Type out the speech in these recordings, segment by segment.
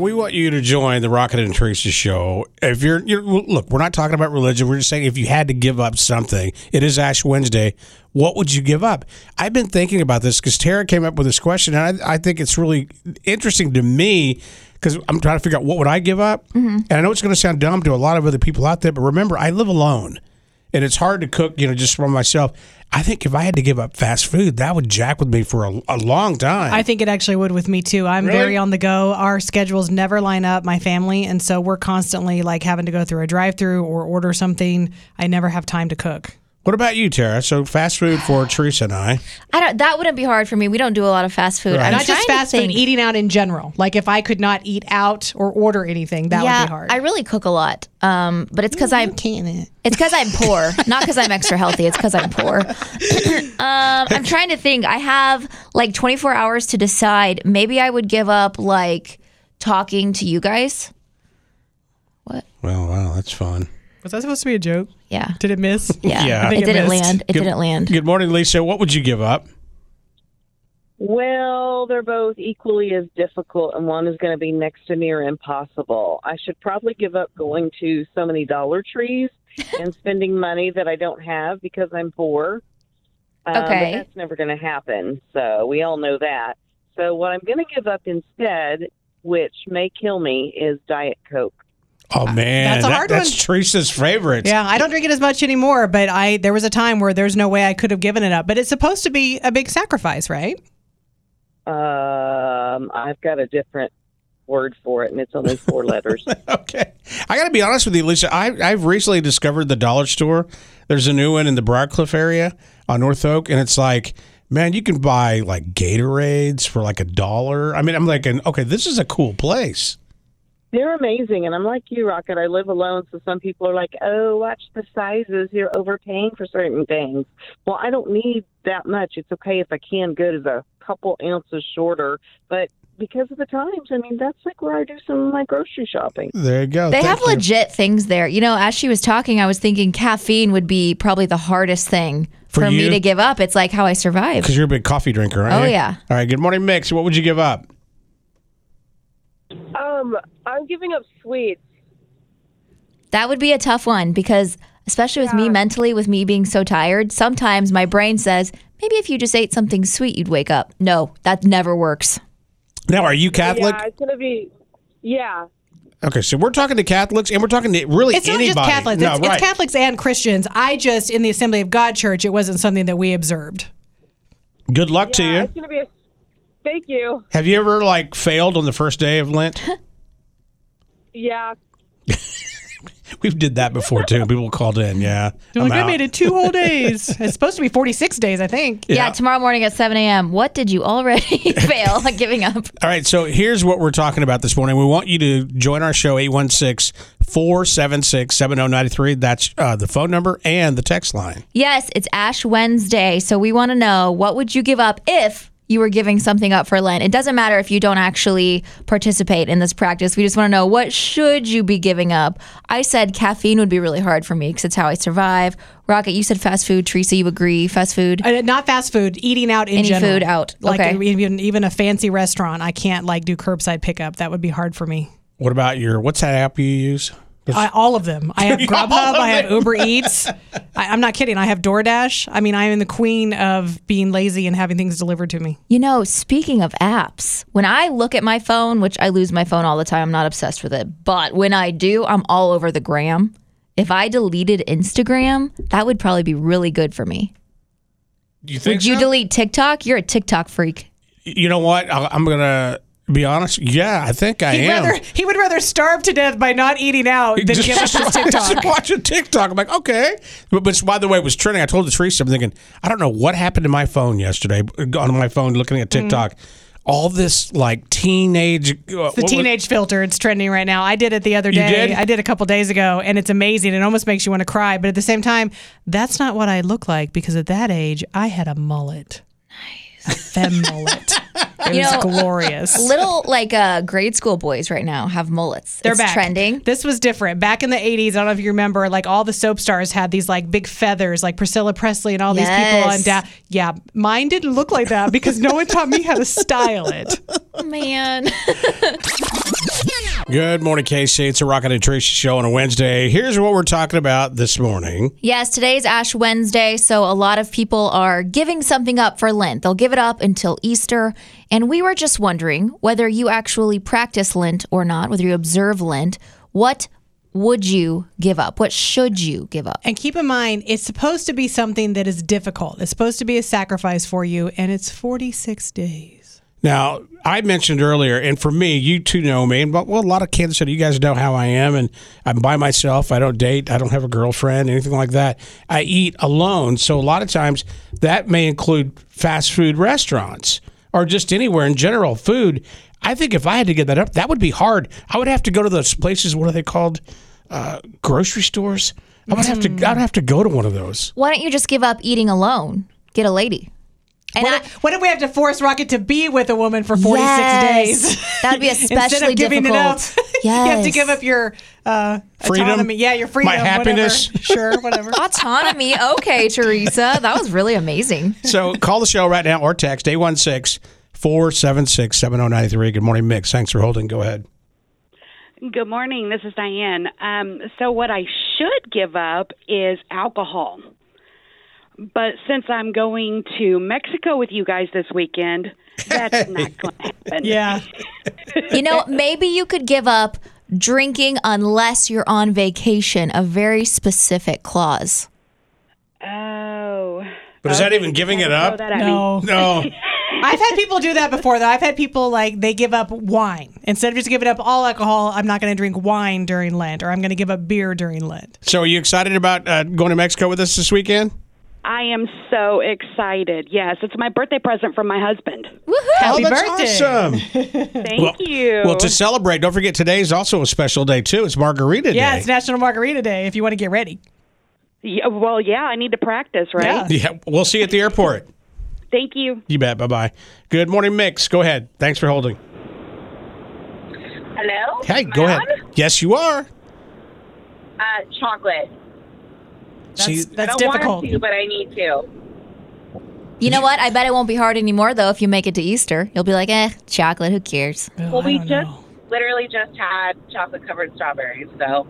We want you to join the Rocket and Teresa show. If you're, you're look, we're not talking about religion. We're just saying if you had to give up something, it is Ash Wednesday. What would you give up? I've been thinking about this because Tara came up with this question, and I, I think it's really interesting to me because I'm trying to figure out what would I give up. And I know it's going to sound dumb to a lot of other people out there, but remember, I live alone, and it's hard to cook, you know, just for myself. I think if I had to give up fast food, that would jack with me for a, a long time. I think it actually would with me too. I'm Really? very on the go. Our schedules never line up, my family, and so we're constantly like having to go through a drive-through or order something. I never have time to cook. What about you, Tara? So fast food for Teresa and I. I don't. That wouldn't be hard for me. We don't do a lot of fast food. I'm Not just trying to fast food, think. eating out in general. Like if I could not eat out or order anything, that yeah, would be hard. I really cook a lot, um, but it's because I'm can't it. it's because I'm poor, not because I'm extra healthy. It's because I'm poor. um, I'm trying to think. I have like 24 hours to decide. Maybe I would give up like talking to you guys. Well, wow, that's fun. Was that supposed to be a joke? Yeah, Did it miss? yeah. Yeah. I think It, it didn't missed. land. It didn't land. Good morning, Lisa. What would you give up? Well, they're both equally as difficult, and one is going to be next to near impossible. I should probably give up going to so many Dollar Trees and spending money that I don't have because I'm poor. Um, but Okay. that's never going to happen. So we all know that. So what I'm going to give up instead, which may kill me, is Diet Coke. Oh man, Uh, that's a hard that's one. Teresa's favorite. Yeah, I don't drink it as much anymore, but I there was a time where there's no way I could have given it up. But it's supposed to be a big sacrifice, right? Um, I've got a different word for it, and it's only four letters. Okay. I got to be honest with you, Lisa. I, I've recently discovered the dollar store. There's a new one in the Broadcliff area on North Oak, and it's like, man, you can buy like Gatorades for like a dollar. I mean, I'm like, okay, this is a cool place. They're amazing, and I'm like you, Rocket. I live alone, so some people are like, "Oh, watch the sizes. You're overpaying for certain things." Well, I don't need that much. It's okay if I can go to the couple ounces shorter, but because of the times, I mean, that's like where I do some of my grocery shopping. There you go. They Thank have you. legit things there. You know, as she was talking, I was thinking caffeine would be probably the hardest thing For for, you? me to give up. It's like how I survive. Because you're a big coffee drinker, aren't Oh, you? yeah. All right. Good morning, Mix. What would you give up? Um, I'm giving up sweets. That would be a tough one because, especially with me mentally, with me being so tired, sometimes my brain says, maybe if you just ate something sweet, you'd wake up. No, that never works. Now, are you Catholic? Yeah, it's gonna be. Yeah, Okay, so we're talking to Catholics and we're talking to really It's anybody. not just Catholics. No, it's, right. it's Catholics and Christians. I just in the Assembly of God Church, it wasn't something that we observed. Good luck to yeah, you. it's gonna be a. Thank you. Have you ever like failed on the first day of Lent? Yeah, We've did that before too. People called in, yeah. I'm out. two whole days. it's supposed to be 46 days, I think. Yeah, tomorrow morning at 7 a.m. What did you already fail at giving up? All right, so here's what we're talking about this morning. We want you to join our show 816-476-7093. That's uh, the phone number and the text line. Yes, it's Ash Wednesday. So we want to know what would you give up if you were giving something up for Lent? It doesn't matter if you don't actually participate in this practice. We just want to know what should you be giving up? I said caffeine would be really hard for me because it's how I survive. Rocket, you said fast food. Teresa, you agree. Fast food. And Uh, not fast food, eating out in Any general. food out. Like Okay. even, even a fancy restaurant, I can't like do curbside pickup. That would be hard for me. What about your what's that app you use? I, all of them. I have Grubhub. I have Uber Eats. I, I'm not kidding. I have DoorDash. I mean, I am the queen of being lazy and having things delivered to me. You know, speaking of apps, when I look at my phone, which I lose my phone all the time, I'm not obsessed with it, but when I do, I'm all over the gram. If I deleted Instagram, that would probably be really good for me. You Would you delete TikTok? You're a TikTok freak. you know what? I, I'm going to be honest. Yeah, I think I He'd am. rather, he would rather starve to death by not eating out than just, give us his just- TikTok. just watching TikTok. I'm like, okay. But, but by the way, it was trending. I told Teresa, I'm thinking, I don't know what happened to my phone yesterday. On my phone, looking at TikTok, all this like teenage. Uh, the teenage filter it's trending right now i did it the other day did? i did a couple days ago and it's amazing it almost makes you want to cry but at the same time that's not what i look like because at that age i had a mullet nice a fem mullet it You was know, glorious Little like uh, grade school boys right now have mullets. they're it's back. trending. This was different. Back in the 80s, I don't know if you remember, like all the soap stars had these like big feathers, like Priscilla Presley and all these people. Yes. And da- yeah, mine didn't look Oh, like that because no one taught me how to style it. Man. Good morning, Casey. It's a Rocket and Tracy show on a Wednesday. Here's what we're talking about this morning. Yes, today's Ash Wednesday, so a lot of people are giving something up for Lent. They'll give it up until Easter. And we were just wondering whether you actually practice Lent or not, whether you observe Lent. What would you give up? What should you give up? And keep in mind, it's supposed to be something that is difficult. It's supposed to be a sacrifice for you, and it's 46 days. Now, I mentioned earlier, and for me, you two know me, and well, a lot of Kansas City, you guys know how I am, and I'm by myself. I don't date. I don't have a girlfriend, anything like that. I eat alone. So a lot of times that may include fast food restaurants or just anywhere in general food. I think if I had to give that up, that would be hard. I would have to go to those places. What are they called? Uh, grocery stores. I would have to. I'd have to go to one of those. Why don't you just give up eating alone? Get a lady. And What, I- if, what if we have to force Rocket to be with a woman for 46 days? That would be Instead especially of giving difficult. it up, you have to give up your uh, Freedom? autonomy. Yeah, your My freedom. happiness? Whatever. Sure, whatever. Autonomy. Okay, Teresa. That was really amazing. So call the show right now or text 816 476 7093. Good morning, Mix. Thanks for holding. Go ahead. Good morning. This is Diane. Um, so, what I should give up is alcohol. But since I'm going to Mexico with you guys this weekend, that's not going to happen. yeah. You know, maybe you could give up drinking unless you're on vacation, a very specific clause. Oh. But is that even giving it Throw up? that at me. No. No. I've had people do that before, though. I've had people like they give up wine. Instead of just giving up all alcohol, I'm not going to drink wine during Lent or I'm going to give up beer during Lent. So are you excited about uh, going to Mexico with us this weekend? I am so excited. Yes, it's my birthday present from my husband. Happy oh, that's birthday. awesome. Thank you. Well, to celebrate, don't forget today is also a special day, too. It's Margarita Yeah, Day. it's National Margarita Day if you want to get ready. yeah, well, yeah, I need to practice, right? Yeah. yeah, we'll see you at the airport. Thank you. You bet. Bye bye. Good morning, Mix. Go ahead. Thanks for holding. Hello? Hey, go ahead. Yes, you are. Uh, chocolate. That's, See- that's I don't difficult. want to, but I need to. You know what? I bet it won't be hard anymore, though, if you make it to Easter. You'll be like, eh, chocolate, who cares? Oh, Well, I we don't just know. literally just had chocolate covered strawberries, so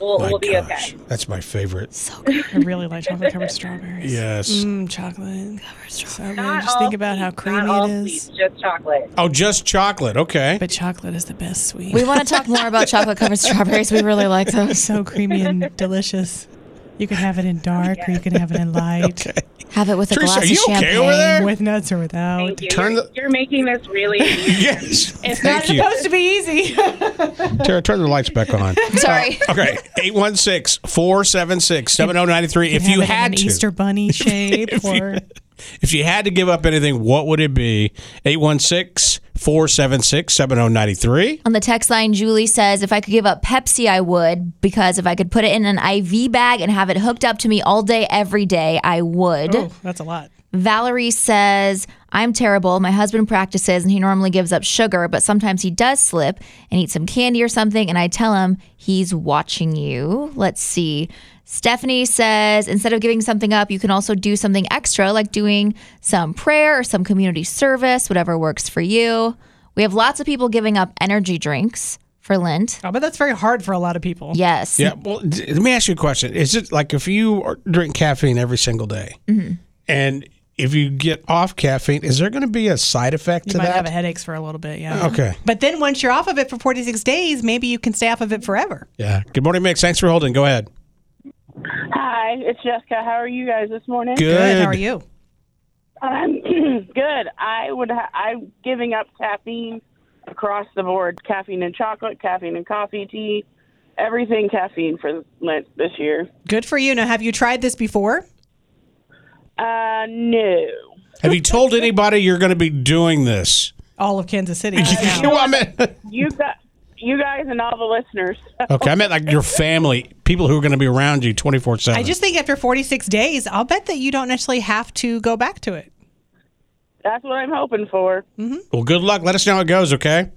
we'll, My we'll be gosh, okay. That's my favorite. I really like chocolate covered strawberries. Yes. Mm, chocolate covered strawberries. Not just all think about how sweets, not creamy all it is. sweets, just chocolate. Oh, just chocolate. Okay. But chocolate is the best sweet. We want to talk more about chocolate covered strawberries. We really like those. so creamy and delicious. You can have it in dark or you can have it in light. Have it with a Teresa, glass are of you okay champagne. over there? With nuts or without. Thank you. Turn you're, the- you're making this really. Yes. It's Thank not you. supposed to be easy. Tara, turn the lights back on. Sorry. Okay, 816-476-7093. If you Have it in had an to, Easter bunny shape or if you had to give up anything, what would it be? 816-476-7093. On the text line, Julie says, if I could give up Pepsi, I would, because if I could put it in an IV bag and have it hooked up to me all day, every day, I would. oh, that's a lot. Valerie says, I'm terrible. My husband practices and he normally gives up sugar, but sometimes he does slip and eat some candy or something. And I tell him he's watching you. Let's see. Stephanie says, instead of giving something up, you can also do something extra, like doing some prayer or some community service, whatever works for you. We have lots of people giving up energy drinks for Lent. Oh, but that's very hard for a lot of people. Yes. Yeah, Mm. well, d- let me ask you a question. Is it like if you are- drink caffeine every single day Mm-hmm. and if you get off caffeine, is there going to be a side effect You to might that? Oh. have headaches for a little bit, yeah. Okay. But then once you're off of it for 46 days, maybe you can stay off of it forever. yeah. Good morning, Mix. Thanks for holding. Go ahead. Hi, it's Jessica. How are you guys this morning? Good. How are you? Um, good. I would. Ha- I'm giving up caffeine across the board. Caffeine and chocolate, caffeine and coffee, tea, everything caffeine for Lent this year. Good for you. Now, have you tried this before? Uh, no. Have you told anybody you're going to be doing this? All of Kansas City. right now. Well, I meant- You got you guys and all the listeners. okay, I meant like your family, people who are going to be around you 24/7. I just think after 46 days, I'll bet that you don't necessarily have to go back to it. That's what I'm hoping for. Well, good luck. Let us know how it goes, okay?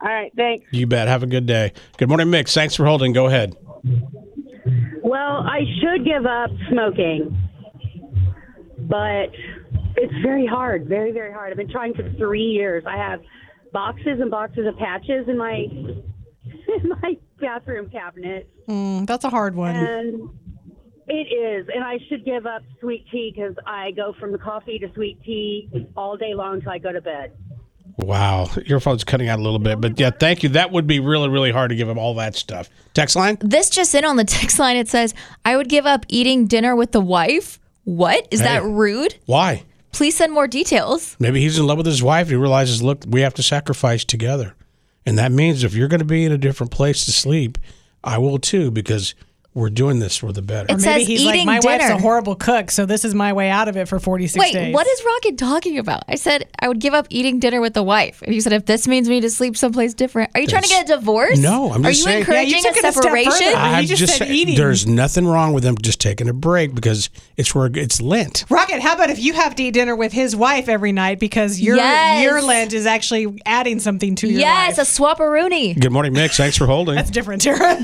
All right, thanks. You bet. Have a good day. Good morning, Mix. Thanks for holding. Go ahead. Well, I should give up smoking, but it's very hard, very, very hard. I've been trying for three years. I have boxes and boxes of patches in my in my bathroom cabinet, Mm, that's a hard one. and it is. And I should give up sweet tea because I go from the coffee to sweet tea all day long till I go to bed. Wow, your phone's cutting out a little bit, but yeah, thank you. That would be really, really hard to give him all that stuff. Text line. This just in on the text line, it says, I would give up eating dinner with the wife. What? Is that Hey. rude? Why? Please send more details. Maybe he's in love with his wife. and He realizes, look, we have to sacrifice together, and that means if you're going to be in a different place to sleep, I will too because we're doing this for the better. It's- Maybe says he's eating like, my wife's a dinner." horrible cook, so this is my way out of it for 46 Wait, days. what is Rocket talking about? I said I would give up eating dinner with the wife. And you said, if this means we need to sleep someplace different, are you trying to That's- get a divorce? No, I'm Are just you saying- Yeah, you encouraging took it a a step further. separation? I- I'm You just said saying, eating. There's nothing wrong with him just taking a break because it's where it's Lent. Rocket, how about if you have to eat dinner with his wife every night because your Yes. your Lent is actually adding something to your yes, life? a swapperoonie. Good morning, Mix. Thanks for holding. That's different, Tara.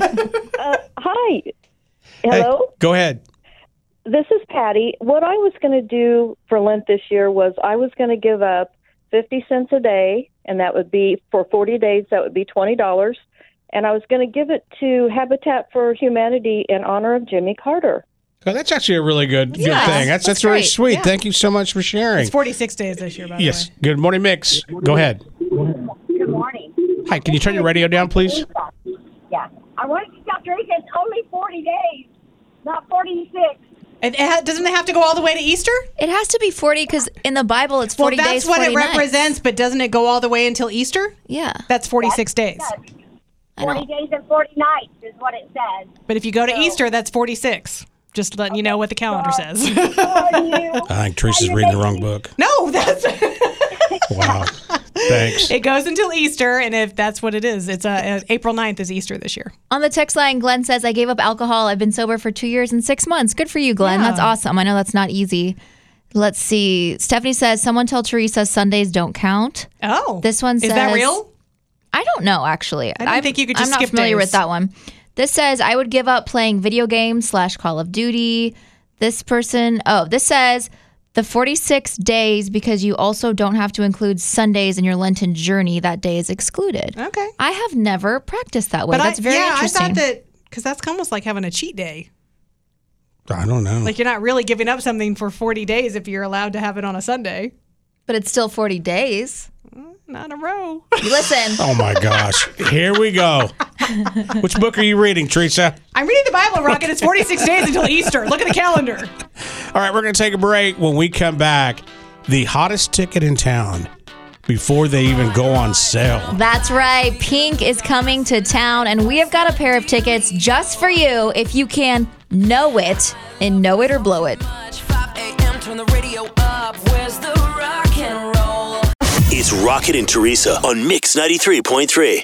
Hi. Hey, Hello. go ahead. This is Patty. What I was going to do for Lent this year was I was going to give up 50 cents a day, and that would be for 40 days, that would be $20. And I was going to give it to Habitat for Humanity in honor of Jimmy Carter. Oh, that's actually a really good, good Yeah, thing. That's that's, that's really great. sweet. Thank you so much for sharing. it's 46 days this year, by Yes. Good morning, Mix. Go ahead. Good morning. Hi, can you turn your radio down, please? Yeah. I want to stop drinking only 40 days, not 46. the way. It, it ha- doesn't it have to go all the way to Easter? It has to be 40 because in the Bible it's Well, 40 that's days. what 40 it nights. represents, but doesn't it go all the way until Easter? Yeah. That's 46 days. I 40 know. days and 40 nights is what it says. But if you go to Easter, that's 46. Just letting you know what the calendar says. Are you? I think Teresa's reading the wrong book. no, that's Wow. Thanks. it goes until Easter, and if that's what it is, it's uh, uh, April 9th is Easter this year. On the text line, Glenn says, I gave up alcohol. I've been sober for two years and six months. Good for you, Glenn. That's awesome. I know that's not easy. Let's see. Stephanie says, Someone tell Teresa Sundays don't count. Oh, This one is that says- real? I don't know, actually. I didn't think you could just I'm not skip familiar days. with that one. This says I would give up playing video games slash Call of Duty. This person, oh, this says the 46 days because you also don't have to include Sundays in your Lenten journey. That day is excluded. Okay, I have never practiced that way. but That's I, very yeah, interesting. I thought that because that's almost like having a cheat day. I don't know. Like you're not really giving up something for 40 days if you're allowed to have it on a Sunday, but it's still 40 days. not in a row. Listen, Oh my gosh. Here we go. Which book are you reading, Teresa? I'm reading the Bible, Rocket. It's 46 days until Easter. Look at the calendar. All right, we're going to take a break. When we come back, the hottest ticket in town before they even go on sale. that's right. Pink is coming to town, and we have got a pair of tickets just for you if you can know it and know it or blow it. 5 a.m. Turn the radio up. Where's the rock and roll? It's Rocket and Teresa on Mix 93.3.